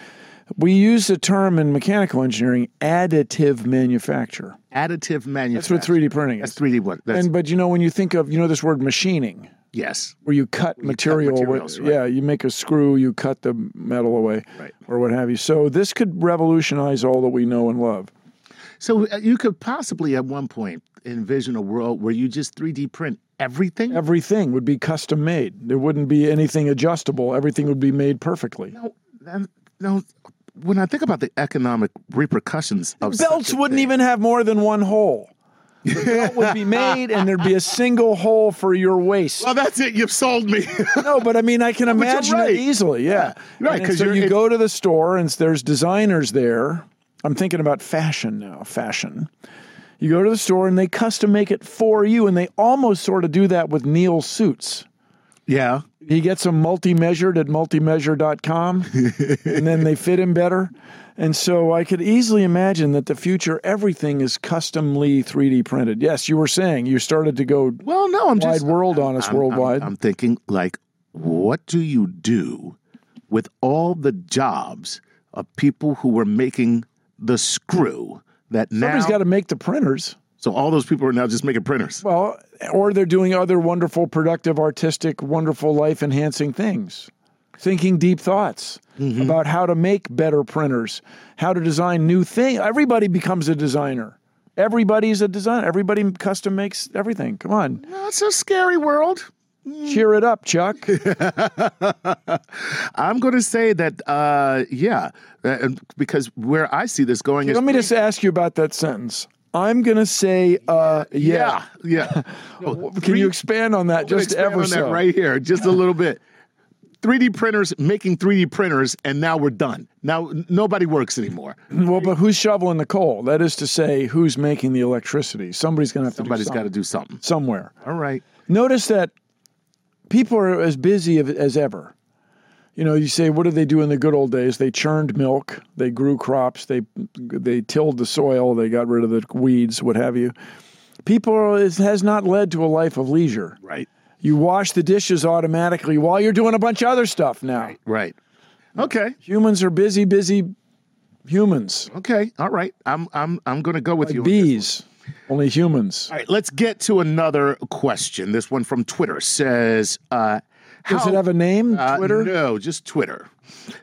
We use the term in mechanical engineering additive manufacture.
Additive
That's what
manufacturing.
3D printing
That's
is.
3D what? That's,
And but you know when you think of you know this word machining,
yes.
where you cut material, with-
materials, right.
yeah, you make a screw, you cut the metal away,
Right.
or what have you. So this could revolutionize all that we know and love.
So uh, you could possibly at one point envision a world where you just 3D print everything.
Everything would be custom made. There wouldn't be anything adjustable. Everything would be made perfectly.
No, that- no. When I think about the economic repercussions of such
Belts
a
wouldn't
thing-
even have more than one hole. The belt would be made, and there'd be a single hole for your waist.
Well, that's it. You've sold me.
No, but I mean, I can
you're
imagine
right.
it easily. Yeah,
Yeah, right,
And
'cause
so
you're-
you
it-
go to the store and there's designers there. I'm thinking about fashion now. Fashion. You go to the store and they custom make it for you, and they almost sort of do that with Neil suits.
yeah.
He gets them multi-measured at multimeasure.com, and then they fit him better. And so I could easily imagine that the future everything is customly 3D printed. Yes, you were saying you started to go
Well, no. I'm
wide
just
world on us
I'm- I'm-
worldwide.
I'm thinking like, what do you do with all the jobs of people who were making the screw that
Somebody's
now?
got to make the printers.
so all those people are now just making printers.
Well, or they're doing other wonderful, productive, artistic, wonderful, life enhancing things. Thinking deep thoughts
Mm-hmm.
about how to make better printers, how to design new things. Everybody becomes a designer. Everybody's a designer. Everybody custom makes everything. Come on,
That's a scary world.
cheer it up, Chuck.
I'm going to say that, uh, yeah, uh, because where I see this going is
Let me just ask you about that sentence. I'm gonna say, uh, yeah.
Yeah, yeah. Oh,
Can you expand on that just
expand
ever
on
so?
that right here, just a little bit. 3D printers making 3D printers, and now we're done. Now n- nobody works anymore.
Well, but who's shoveling the coal? That is to say, who's making the electricity? Somebody's gonna have to do
Somebody's got
something
to do something.
somewhere.
All right.
notice that people are as busy of- as ever. You know, you say, what did they do in the good old days? They churned milk, they grew crops, they they tilled the soil, they got rid of the weeds, what have you. People are, it has not led to a life of leisure.
Right.
You wash the dishes automatically while you're doing a bunch of other stuff now.
Right. Okay.
Humans are busy, busy humans.
Okay. All right. I'm I'm I'm going to go with you. on this.
Bees, only humans.
All right. Let's get to another question. This one from Twitter says, uh,
Does
how-
it have a name?
uh,
Twitter?
No, just Twitter.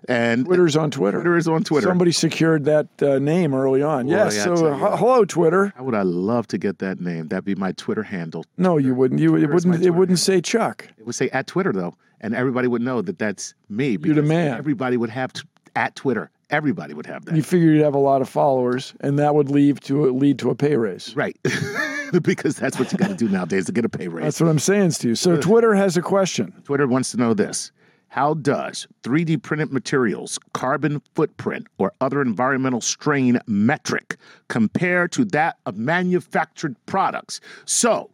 And
Twitter's on Twitter.
Twitter is on Twitter.
Somebody secured that uh, name early on. yes.
yeah, I
so,
tell
uh,
you
h- hello, Twitter.
How would I love to get that name? That'd be my Twitter handle.
No, you wouldn't. You it
is my
wouldn't. It
Twitter
wouldn't say Chuck.
It would say at Twitter though, and everybody would know that that's me.
the
because
man.
Everybody would have t- at Twitter. Everybody would have that.
You figure you'd have a lot of followers, and that would lead to lead to a pay raise.
right, because that's what you got to do nowadays to get a pay raise.
That's what I'm saying to you. So, Twitter has a question.
Twitter wants to know this. How does 3D printed materials, carbon footprint, or other environmental strain metric compare to that of manufactured products? So,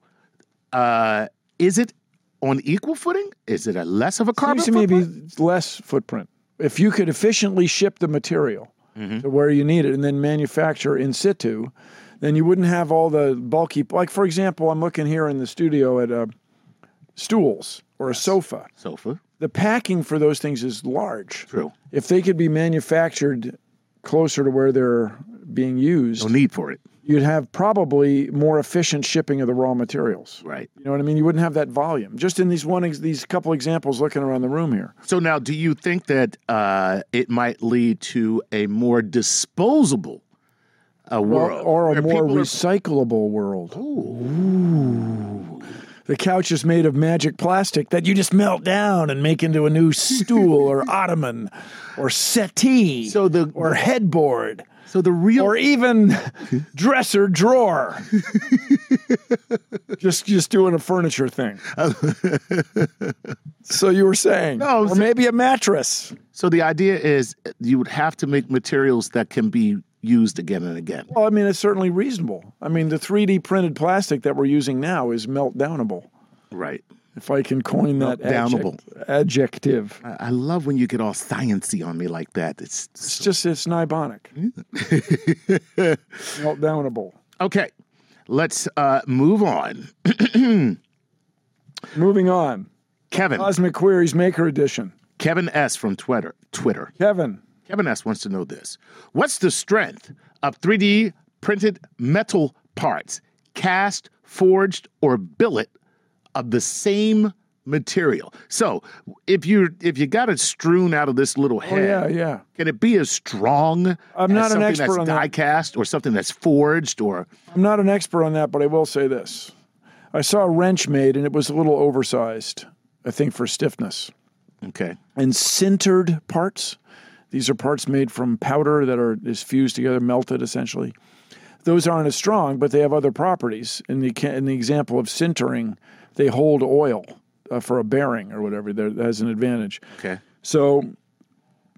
uh, is it on equal footing? Is it a less of a carbon
Seems to me
footprint?
to be less footprint. If you could efficiently ship the material
Mm-hmm.
to where you need it, and then manufacture in situ, then you wouldn't have all the bulky. Like for example, I'm looking here in the studio at uh, stools or a sofa.
Sofa.
the packing for those things is large.
True.
If they could be manufactured closer to where they're being used,
No need for it.
you'd have probably more efficient shipping of the raw materials.
Right.
You know what I mean? You wouldn't have that volume. Just in these one, ex- these couple examples, looking around the room here.
So now, do you think that uh, it might lead to a more disposable uh,
Or,
world,
or a
where
more
people are-
recyclable world.
Ooh.
The couch is made of magic plastic that you just melt down and make into a new stool or ottoman or settee
So the-
or headboard
so the real
or even dresser drawer. just just doing a furniture thing. so you were saying,
No,
or
so-
maybe a mattress.
so the idea is you would have to make materials that can be used again and again.
Well, I mean, it's certainly reasonable. I mean, the 3D printed plastic that we're using now is meltdownable.
Right.
If I can coin that
Meltdownable.
adject- adjective.
I I love when you get all sciency on me like that. It's
It's just it's nibonic. Meltdownable.
okay. Let's uh, move on,
Moving on.
Kevin.
Cosmic Queries Maker Edition.
Kevin S from Twitter. Twitter.
Kevin,
Kevin S wants to know this: What's the strength of 3D printed metal parts, cast, forged, or billet of the same material? So, if you if you got it strewn out of this little
Oh
head,
yeah, yeah.
can it be as strong?
I'm not an
as something
expert
that's
on that.
die cast or something that's forged or
I'm not an expert on that, but I will say this. I saw a wrench made and it was a little oversized, I think for stiffness.
okay.
And sintered parts. These are parts made from powder that are is fused together, melted essentially. Those aren't as strong, but they have other properties. In the ca- in the example of sintering, they hold oil uh, for a bearing or whatever. There- That has an advantage.
Okay.
So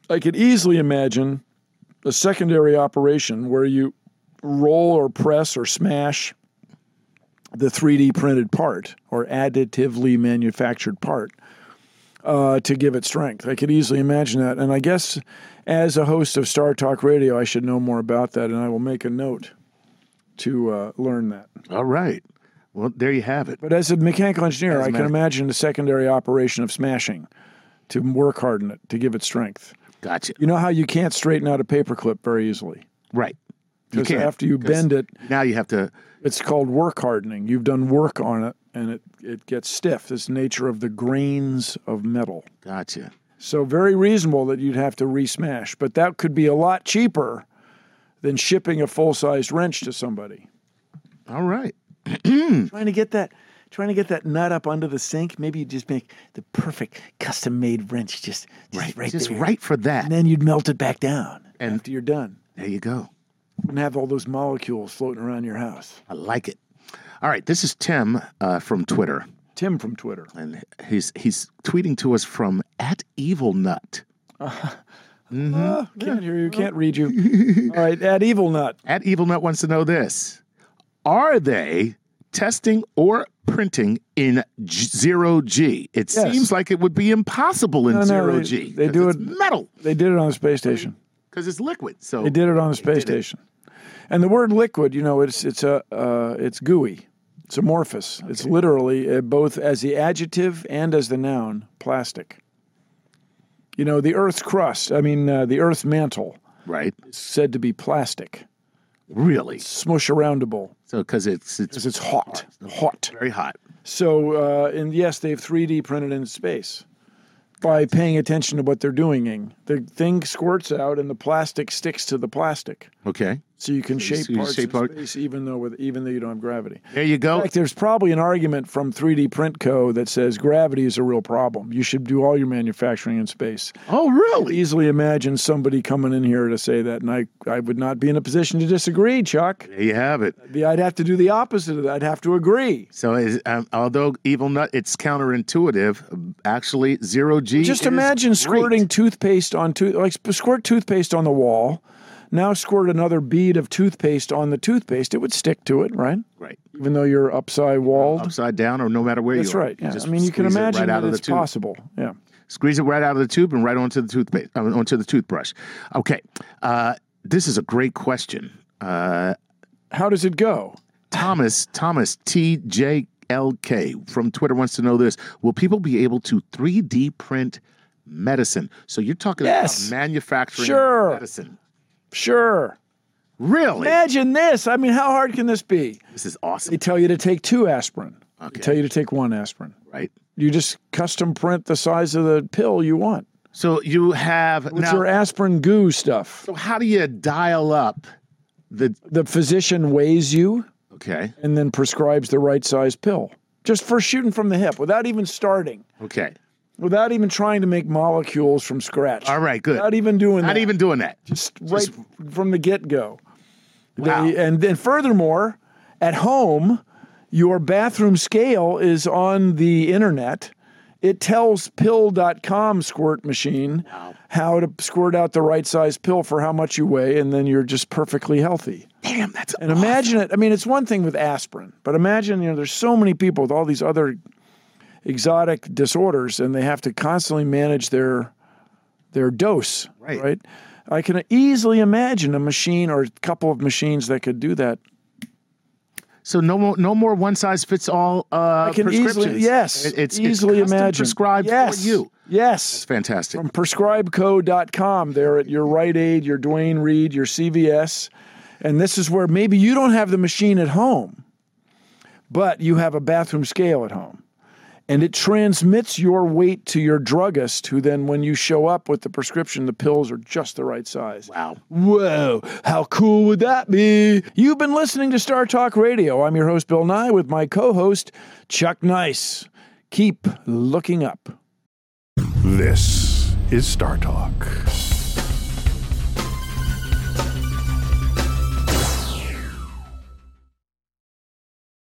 I could easily imagine a secondary operation where you roll or press or smash the 3D printed part or additively manufactured part uh, to give it strength. I could easily imagine that. And I guess as a host of Star Talk Radio, I should know more about that and I will make a note to uh, learn that.
All right. Well, there you have it.
But as a mechanical engineer,
a
I can
mechanic-
imagine the secondary operation of smashing to work harden it, to give it strength.
Gotcha.
You know how you can't straighten out a paperclip very easily?
Right. You
Because
can't.
after you
'cause
bend it,
now you have to.
it's called work hardening. You've done work on it and it, it gets stiff. It's the nature of the grains of metal.
Gotcha.
So very reasonable that you'd have to re-smash, but that could be a lot cheaper than shipping a full-sized wrench to somebody.
All right.
Trying to get that trying to get that nut up under the sink, maybe you just make the perfect custom-made wrench just, just right,
Just right for that.
then you'd melt it back down
And-
after you're done.
There you go.
and have all those molecules floating around your house.
I like it. All right. This is Tim uh, from Twitter,
Tim from Twitter.
and he's he's tweeting to us from at Evil Nut
Ah, can't hear you, can't read you. all right, at Evil Nut.
at Evil Nut wants to know this: Are they testing or printing in g- zero G? It
Yes.
seems like it would be impossible in
no,
zero
they-
G.
they
'cause
do
it's
it-
metal
They did it on the space station.
because it's liquid. So
They did it on the space station. And the word liquid, you know, it's it's a uh, it's gooey. It's amorphous. It's literally uh, both as the adjective and as the noun plastic. You know, the Earth's crust, I mean, uh, the Earth's mantle
right,
is said to be plastic,
really.
smush aroundable
So because it's
because it's
it's
hot, hot.
very hot.
So, uh, and yes, they've 3D printed in space by paying attention to what they're doing. The thing squirts out, and the plastic sticks to the plastic,
Okay.
so you can
So you
shape
see-
parts
shape
in
part-
space, even though with even though you don't have gravity.
There you
In
go.
fact, there's probably an argument from 3D Print Co. that says gravity is a real problem. You should do all your manufacturing in space.
Oh, really?
Easily imagine somebody coming in here to say that, and I, I would not be in a position to disagree, Chuck.
There you have it.
The- I'd have to do the opposite of that. I'd have to agree.
So, is, um, although evil nut, it's counterintuitive. Actually, zero G.
Just
is
imagine
great.
squirting toothpaste on tooth like sp- squirt toothpaste on the wall. Now squirt another bead of toothpaste on the toothpaste. It would stick to it, right?
right
Even though you're upside walled.
upside down, or no matter where
That's
you are.
right. Yeah.
Just
I mean, you can
squeeze it
imagine
right out
that
of the
it's
tube.
possible. Yeah.
Squeeze it right out of the tube and right onto the toothpaste, uh, onto the toothbrush. Okay, uh, this is a great question. Uh,
How does it go?
Thomas Thomas T J L K from Twitter wants to know this: Will people be able to three D print medicine? So you're talking
Yes.
about manufacturing
Sure.
medicine.
Sure.
Really?
Imagine this. I mean, how hard can this be?
This is
They
awesome,
tell you to take two aspirin.
Okay.
They tell you to take one aspirin.
right?
You just custom print the size of the pill you want.
So you have
It's
now.
your aspirin goo stuff.
so how do you dial up the?
The physician weighs you
Okay,
and then prescribes the right size pill. Just for shooting from the hip without even starting,
okay,
without even trying to make molecules from scratch.
all right, good.
Not even doing
Not
that.
even doing that.
just right from the get go.
Wow.
And then, furthermore, at home, your bathroom scale is on the internet. It tells pill.com squirt machine how to squirt out the right size pill for how much you weigh, and then you're just perfectly healthy.
Damn, that's
And imagine it. I mean, it's one thing with aspirin, but imagine, you know, there's so many people with all these other exotic disorders and they have to constantly manage their their dose.
Right.
Right. I can easily imagine a machine or a couple of machines that could do that.
So no more, no more one size fits all. Uh,
I can
prescriptions.
easily yes.
It- it's
easily
it's custom
imagine.
prescribed
yes.
for you. It's
Yes.
fantastic.
From prescribeco.com. They're at your Rite Aid, your Dwayne Reed, your CVS. And this is where maybe you don't have the machine at home, but you have a bathroom scale at home. And it transmits your weight to your druggist, who then, when you show up with the prescription, the pills are just the right size.
wow.
Whoa, how cool would that be? You've been listening to Star Talk Radio. I'm your host, Bill Nye, with my co host, Chuck Nice. Keep looking up.
This is Star Talk.